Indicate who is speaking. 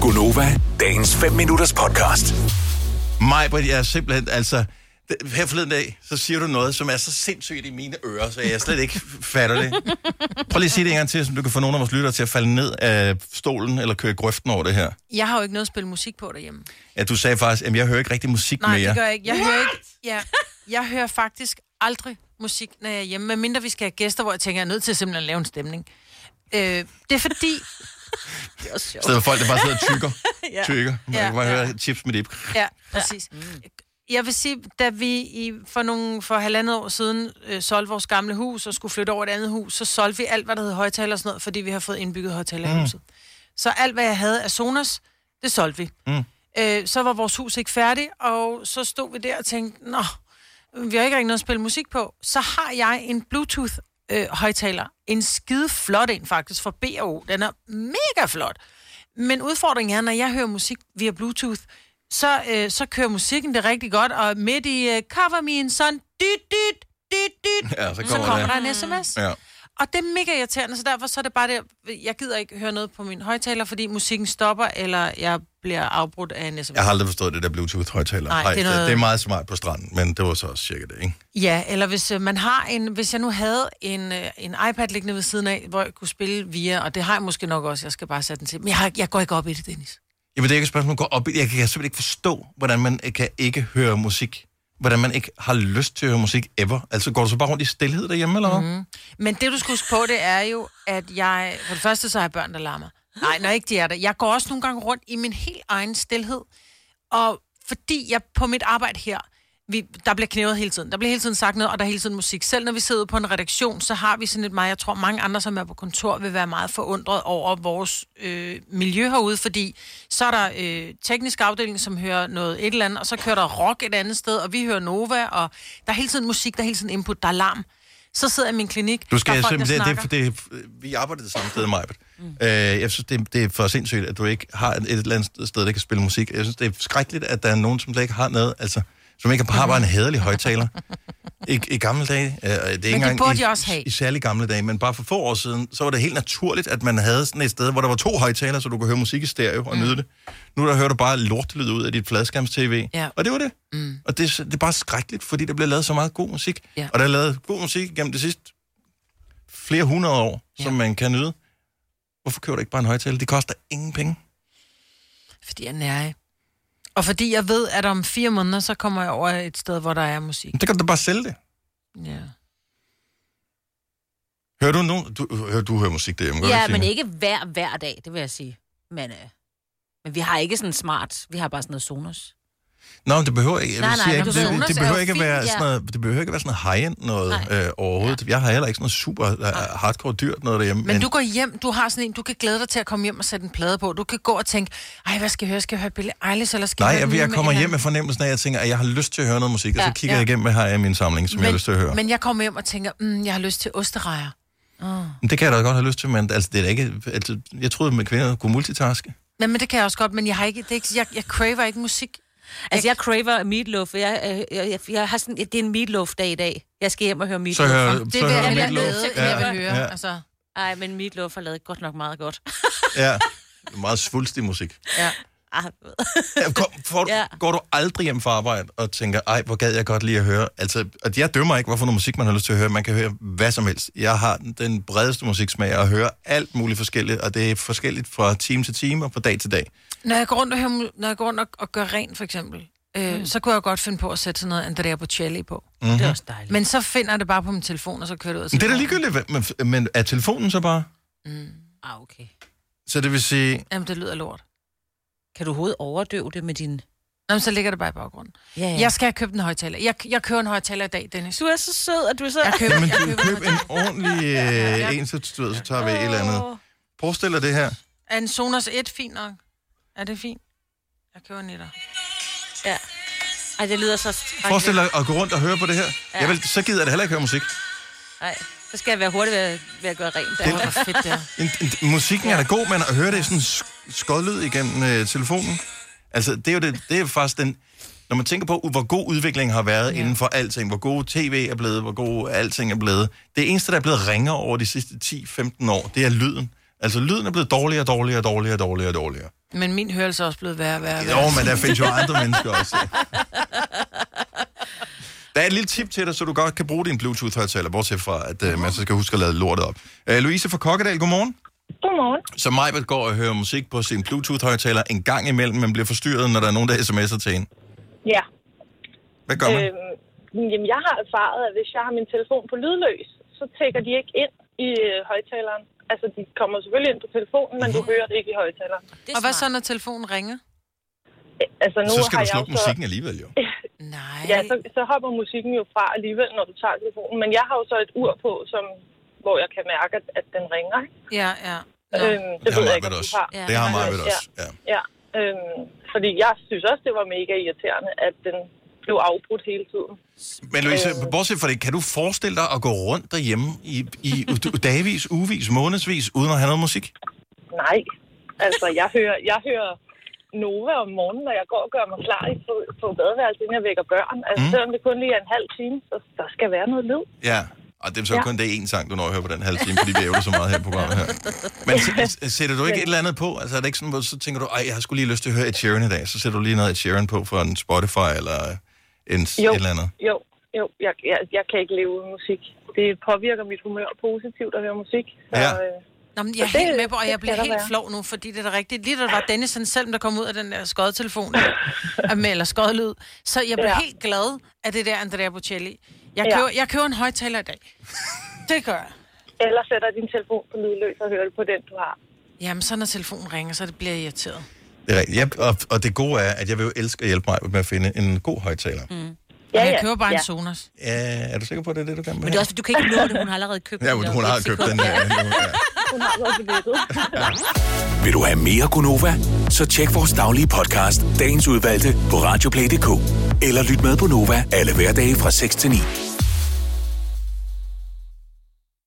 Speaker 1: Gunova, dagens 5 minutters podcast.
Speaker 2: Mig, Britt, jeg er simpelthen, altså... det- Her forleden dag, så siger du noget, som er så sindssygt i mine ører, så jeg slet ikke f- fatter det. Prøv lige at sige det en gang til, så du kan få nogle af vores lyttere til at falde ned af stolen eller køre i grøften over det her.
Speaker 3: Jeg har jo ikke noget at spille musik på derhjemme.
Speaker 2: At du sagde faktisk, at jeg hører ikke rigtig musik
Speaker 3: Nej,
Speaker 2: mere.
Speaker 3: det gør jeg ikke. Jeg hører ikke. Ja, jeg hører faktisk aldrig musik, når jeg er hjemme, medmindre vi skal have gæster, hvor jeg tænker, jeg er nødt til simpelthen at lave en stemning. Øh, det er fordi... det er også sjovt.
Speaker 2: I stedet for folk, der bare sidder og tykker. tykker. Man
Speaker 3: Ja,
Speaker 2: kan bare
Speaker 3: ja.
Speaker 2: høre chips med dip.
Speaker 3: Ja, præcis. Jeg vil sige, da vi i, for, nogle, for halvandet år siden øh, solgte vores gamle hus og skulle flytte over et andet hus, så solgte vi alt, hvad der hed højtaler og sådan noget, fordi vi har fået indbygget højtaler i huset. Så alt, hvad jeg havde af Sonos, det solgte vi. Mm. Øh, så var vores hus ikke færdigt, og så stod vi der og tænkte, nå, vi har ikke rigtig noget at spille musik på. Så har jeg en Bluetooth øh, højtaler. En skide flot en faktisk fra B&O. Den er mega flot. Men udfordringen er, når jeg hører musik via Bluetooth, så, øh, så kører musikken det rigtig godt, og midt i øh, Cover Me in Sun, dyt, dyt, dyt, dyt,
Speaker 2: Ja, så
Speaker 3: så
Speaker 2: kommer
Speaker 3: kommer
Speaker 2: det.
Speaker 3: der en sms.
Speaker 2: Ja.
Speaker 3: Og det er mega irriterende, så derfor så er det bare det, jeg gider ikke høre noget på min højtaler, fordi musikken stopper, eller jeg bliver afbrudt af en sms.
Speaker 2: Jeg har aldrig forstået det der Bluetooth-højtaler.
Speaker 3: Nej, det er noget-
Speaker 2: det er meget smart på stranden, men det var så også cirka det, ikke?
Speaker 3: Ja, eller hvis øh, man har en, hvis jeg nu havde en, øh, en iPad liggende ved siden af, hvor jeg kunne spille via, og det har jeg måske nok også, jeg skal bare sætte den til. Men jeg, har, jeg går ikke op i det, Dennis.
Speaker 2: Jamen, det er ikke et spørgsmål, at gå op i. Jeg kan simpelthen ikke forstå, hvordan man kan ikke høre musik. Hvordan man ikke har lyst til at høre musik ever. Altså, går du så bare rundt i stillhed derhjemme, eller hvad?
Speaker 3: Mhm.
Speaker 2: Mm-hmm.
Speaker 3: Men det, du skal huske på, det er jo, at jeg, for det første så har jeg børn, der larmer. Nej, når ikke de er der. Jeg går også nogle gange rundt i min helt egen stillhed, og fordi jeg på mit arbejde her, vi, der bliver knævet hele tiden. Der bliver hele tiden sagt noget, og der er hele tiden musik. Selv når vi sidder ude på en redaktion, så har vi sådan et meget... Jeg tror, mange andre, som er på kontor, vil være meget forundret over vores øh, miljø herude, fordi så er der øh, teknisk afdeling, som hører noget et eller andet, og så kører der rock et andet sted, og vi hører Nova, og der er hele tiden musik, der er hele tiden input, der er larm. Så sidder jeg i min klinik,
Speaker 2: Du skal
Speaker 3: der er
Speaker 2: jeg
Speaker 3: folk, der
Speaker 2: simpelthen... Det,
Speaker 3: snakker.
Speaker 2: det, det, det, vi arbejder det samme sted, Majbet. Mm. Øh, jeg synes, det, det er for sindssygt, at du ikke har et, et eller andet sted, der kan spille musik. Jeg synes, det er skrækkeligt, at der er nogen, som slet ikke har noget... Altså, som ikke har bare en hæderlig højtaler. I, I gamle dage, øh, det er ikke engang
Speaker 3: burde
Speaker 2: i,
Speaker 3: de også have.
Speaker 2: i særlig gamle dage, men bare for få år siden, så var det helt naturligt, at man havde sådan et sted, hvor der var to højtalere, så du kunne høre musik i stereo og mm. nyde det. Nu der hører du bare lortelyd ud af dit fladskærms-tv,
Speaker 3: Ja.
Speaker 2: og det var det. Mm. Og det, er så- det er bare skrækkeligt, fordi der bliver lavet så meget god musik.
Speaker 3: Ja.
Speaker 2: Og der er lavet god musik gennem de sidste flere hundrede år, ja. som man kan nyde. Hvorfor køber du ikke bare en højtaler? Det koster ingen penge.
Speaker 3: Fordi jeg er nærig. Og fordi jeg ved, at om fire måneder, så kommer jeg over et sted, hvor der er musik.
Speaker 2: Det kan du da bare sælge det.
Speaker 3: Ja.
Speaker 2: Hører du nogen? Du, hører, du hører musik derhjemme, gør du
Speaker 4: Ja, men
Speaker 2: Signe?
Speaker 4: ikke hver, hver dag, det vil jeg sige. Men, øh, men vi har ikke sådan smart, vi har bare sådan noget Sonos.
Speaker 2: Nå, men det behøver ikke, jeg
Speaker 4: Nej,
Speaker 2: nej,
Speaker 4: nej,
Speaker 2: nej,
Speaker 4: men
Speaker 2: ikke,
Speaker 4: du ved,
Speaker 2: det,
Speaker 4: Jonas
Speaker 2: det,
Speaker 4: er
Speaker 2: behøver
Speaker 4: jo
Speaker 2: ikke at
Speaker 4: fin,
Speaker 2: være
Speaker 4: ja.
Speaker 2: sådan noget, det behøver ikke at være sådan noget high-end noget
Speaker 4: Nej.
Speaker 2: øh, overhovedet. Jeg har heller ikke sådan noget super øh, hardcore dyrt noget derhjemme.
Speaker 3: Men, men du går hjem, du har sådan en, du kan glæde dig til at komme hjem og sætte en plade på. Du kan gå og tænke, ej, hvad skal jeg høre? Skal jeg høre Billie Eilish, eller skal
Speaker 2: nej,
Speaker 3: høre
Speaker 2: jeg,
Speaker 3: den nye
Speaker 2: jeg
Speaker 3: med
Speaker 2: kommer
Speaker 3: en
Speaker 2: hjem med
Speaker 3: anden?
Speaker 2: fornemmelsen af, at jeg tænker, at jeg har lyst til at høre noget musik, og så
Speaker 4: Ja,
Speaker 2: kigger
Speaker 3: ja.
Speaker 2: jeg igennem, hvad har jeg i min samling, som jeg har
Speaker 3: Men-
Speaker 2: lyst til at høre. Men,
Speaker 3: Men jeg kommer hjem og tænker, mm, jeg har lyst til osterejer.
Speaker 2: det kan jeg da godt have lyst til, men altså, det er da ikke, altså, jeg troede, at kvinder kunne multitaske.
Speaker 3: Men, men det kan jeg også godt, men jeg har ikke, det er ikke jeg, jeg craver ikke musik.
Speaker 4: Altså, jeg craver meatloaf. Jeg, øh, jeg, jeg, jeg har sådan, det er en meatloaf-dag i dag. Jeg skal hjem og høre
Speaker 2: Så
Speaker 4: meatloaf.
Speaker 2: hører,
Speaker 3: Det
Speaker 2: så
Speaker 3: vil
Speaker 2: hører
Speaker 3: jeg
Speaker 4: hellere
Speaker 2: Meat Loaf.
Speaker 4: nede,
Speaker 3: hellere
Speaker 4: end
Speaker 3: ja,
Speaker 4: jeg
Speaker 3: jeg vil høre.
Speaker 2: ja,
Speaker 3: Ja. Altså,
Speaker 4: Ej, men meatloaf har lavet godt nok meget godt.
Speaker 2: ja, Det er meget svulstig musik.
Speaker 3: ja.
Speaker 4: Ej,
Speaker 2: Ja, Kom, får, ja.
Speaker 4: Ja.
Speaker 2: Går du aldrig hjem fra arbejde og tænker, ej, hvor gad jeg godt lige at høre? Altså, at jeg dømmer ikke, hvorfor noget musik man har lyst til at høre. Man kan høre hvad som helst. Jeg har den- den bredeste musiksmag og hører alt muligt forskelligt, og det er forskelligt fra time til time og fra dag Mhm. til dag.
Speaker 3: Når jeg går rundt og, hører, mu- når jeg går rundt og, og gør rent, for eksempel, øh, mm. så kunne jeg godt finde på at sætte sådan noget Andrea Bocelli på. Mm.
Speaker 4: det er også dejligt. Men,
Speaker 3: Men så finder jeg det bare på min telefon, og så kører det ud af
Speaker 2: Men det er da
Speaker 3: telefonen.
Speaker 2: ligegyldigt, hvad- men, men er telefonen så bare?
Speaker 4: ah, okay.
Speaker 2: Så det vil sige,
Speaker 3: Mm. Jamen, det lyder lort.
Speaker 4: Kan du overhovedet overdøve det med din...
Speaker 3: Jamen, så ligger det bare i baggrunden.
Speaker 4: Ja, ja.
Speaker 3: Jeg skal have købt en højtaler. Jeg, jeg kører en højtaler i dag, Dennis.
Speaker 4: Du er så sød, at du er så...
Speaker 3: Jeg køber,
Speaker 2: jamen,
Speaker 3: jeg
Speaker 2: du,
Speaker 3: køber
Speaker 2: køb en ordentlig øh, en, så, du ved, så tager vi et eller andet. Forestil dig det her.
Speaker 3: Er en Sonos 1 fint nok? Er det fint? Jeg køber en etter.
Speaker 4: Ja. Ej, det lyder så...
Speaker 2: Forestil dig at gå rundt og høre på det her. Jeg vil, så gider jeg da heller ikke høre musik.
Speaker 4: Nej, så skal jeg være hurtig ved, at- ved at gøre rent.
Speaker 3: Åh,
Speaker 4: Det,
Speaker 3: hvor fedt det er.
Speaker 2: En, en, musikken er da god, men at høre det i sådan sk- skodlyd igennem øh, telefonen. Altså, det er jo det, det er faktisk den... Når man tænker på, hvor god udviklingen har været ja. inden for alting, hvor god tv er blevet, hvor god alting er blevet. Det eneste, der er blevet ringere over de sidste 10-15 år, det er lyden. Altså, lyden er blevet dårligere og dårligere og dårligere og dårligere og dårligere.
Speaker 3: Men min hørelse er også blevet værre og værre. og værre.
Speaker 2: Jo, men der findes jo andre mennesker også. Der er et lille tip til dig, så du godt kan bruge din Bluetooth-højtaler, bortset fra, at øh, man så skal huske at lade lortet op. Øh, Louise fra Kokkedal, godmorgen.
Speaker 5: Godmorgen.
Speaker 2: Så Majbert går og hører musik på sin Bluetooth-højtaler en gang imellem, men bliver forstyrret, når der er nogen, der sms'er til en.
Speaker 5: Ja.
Speaker 2: Hvad gør man?
Speaker 5: Øhm, jamen, jeg har erfaret, at hvis jeg har min telefon på lydløs, så tækker de ikke ind i øh, højtaleren. Altså, de kommer selvfølgelig ind på telefonen, men du hører det ikke i højtaleren.
Speaker 4: Det
Speaker 3: Og hvad så, når telefonen ringer?
Speaker 5: Øh, Altså, nu
Speaker 2: Så skal
Speaker 5: har
Speaker 2: du
Speaker 5: jeg
Speaker 2: slukke
Speaker 5: jo så,
Speaker 2: musikken alligevel, jo.
Speaker 3: Nej.
Speaker 5: Ja, så, så hopper musikken jo fra alligevel, når du tager telefonen. Men jeg har jo så et ur på, som, hvor jeg kan mærke, at, at den ringer. ikke?
Speaker 3: ja, ja. Nå.
Speaker 5: Øhm, det,
Speaker 2: Det har
Speaker 5: ved jeg ikke,
Speaker 2: Majbert
Speaker 5: om du
Speaker 2: også.
Speaker 5: har.
Speaker 4: Ja,
Speaker 2: Det har
Speaker 4: det har
Speaker 2: Majbert
Speaker 5: jeg.
Speaker 2: også, ja.
Speaker 5: Ja, øhm, fordi jeg synes også, det var mega irriterende, at den blev afbrudt hele tiden.
Speaker 2: Men Louise,
Speaker 5: Øh.
Speaker 2: bortset fra det, kan du forestille dig at gå rundt derhjemme i, i u- dagvis, ugevis, månedsvis, uden at have noget musik?
Speaker 5: Nej, altså jeg hører, jeg hører Nova om morgenen, når jeg går og gør mig klar i på, på badeværelset, inden jeg vækker børn. Altså
Speaker 2: Mm.
Speaker 5: mm. selvom det kun lige er en halv time, så der skal være noget lyd.
Speaker 2: Ja. Og det er så ja.
Speaker 5: Ja.
Speaker 2: kun det ene sang, du når at høre på den halve time, fordi vi ævler så meget her i programmet her. Men s- s- sætter du ikke et eller andet på? Altså er det ikke sådan, hvor så tænker du, ej, jeg har skulle lige lyst til at høre Ed Sheeran i dag. Så sætter du lige noget Ed Sheeran på fra en Spotify eller en s-
Speaker 5: Jo.
Speaker 2: et eller andet.
Speaker 5: Jo, jo, jeg, jeg, jeg kan ikke leve uden musik. Det påvirker mit humør positivt at høre musik. Så, øh,
Speaker 2: Ja.
Speaker 5: ja.
Speaker 3: Nå, men jeg er
Speaker 5: det-
Speaker 3: helt med på, og
Speaker 5: det
Speaker 3: jeg
Speaker 5: skal
Speaker 3: bliver
Speaker 5: der
Speaker 3: helt
Speaker 5: være.
Speaker 3: flov nu, fordi det er da rigtigt. Lige da der var Dennison, selvom der kom ud af den der skodtelefon, øh, med- eller skodlyd, så jeg blev ja.
Speaker 5: Ja.
Speaker 3: helt glad af det der Andrea Bocelli. Jeg
Speaker 5: Ja.
Speaker 3: køber, jeg køber en højtaler i dag. Det gør jeg.
Speaker 5: Eller sætter din telefon på lydløs og hører det på den, du har.
Speaker 3: Jamen, så når telefonen ringer, så det bliver jeg irriteret.
Speaker 2: Det er rigtigt. Ja, og, og det gode er, at jeg vil jo elske at hjælpe mig med at finde en god højtaler. Mm.
Speaker 3: Ja, jeg køber bare ja.
Speaker 5: ja.
Speaker 3: en Sonos.
Speaker 2: Ja, er du sikker på, at det er det, du gerne vil
Speaker 4: Men det er også, fordi du kan ikke nå det. Hun har allerede købt
Speaker 2: Ja, men hun har købt den her. Ja.
Speaker 5: Hun har noget på nettet.
Speaker 1: Vil du have mere Gunova? Så tjek vores daglige podcast, dagens udvalgte, på radioplay.dk. Eller lyt med på Nova alle hverdage fra 6 til 9.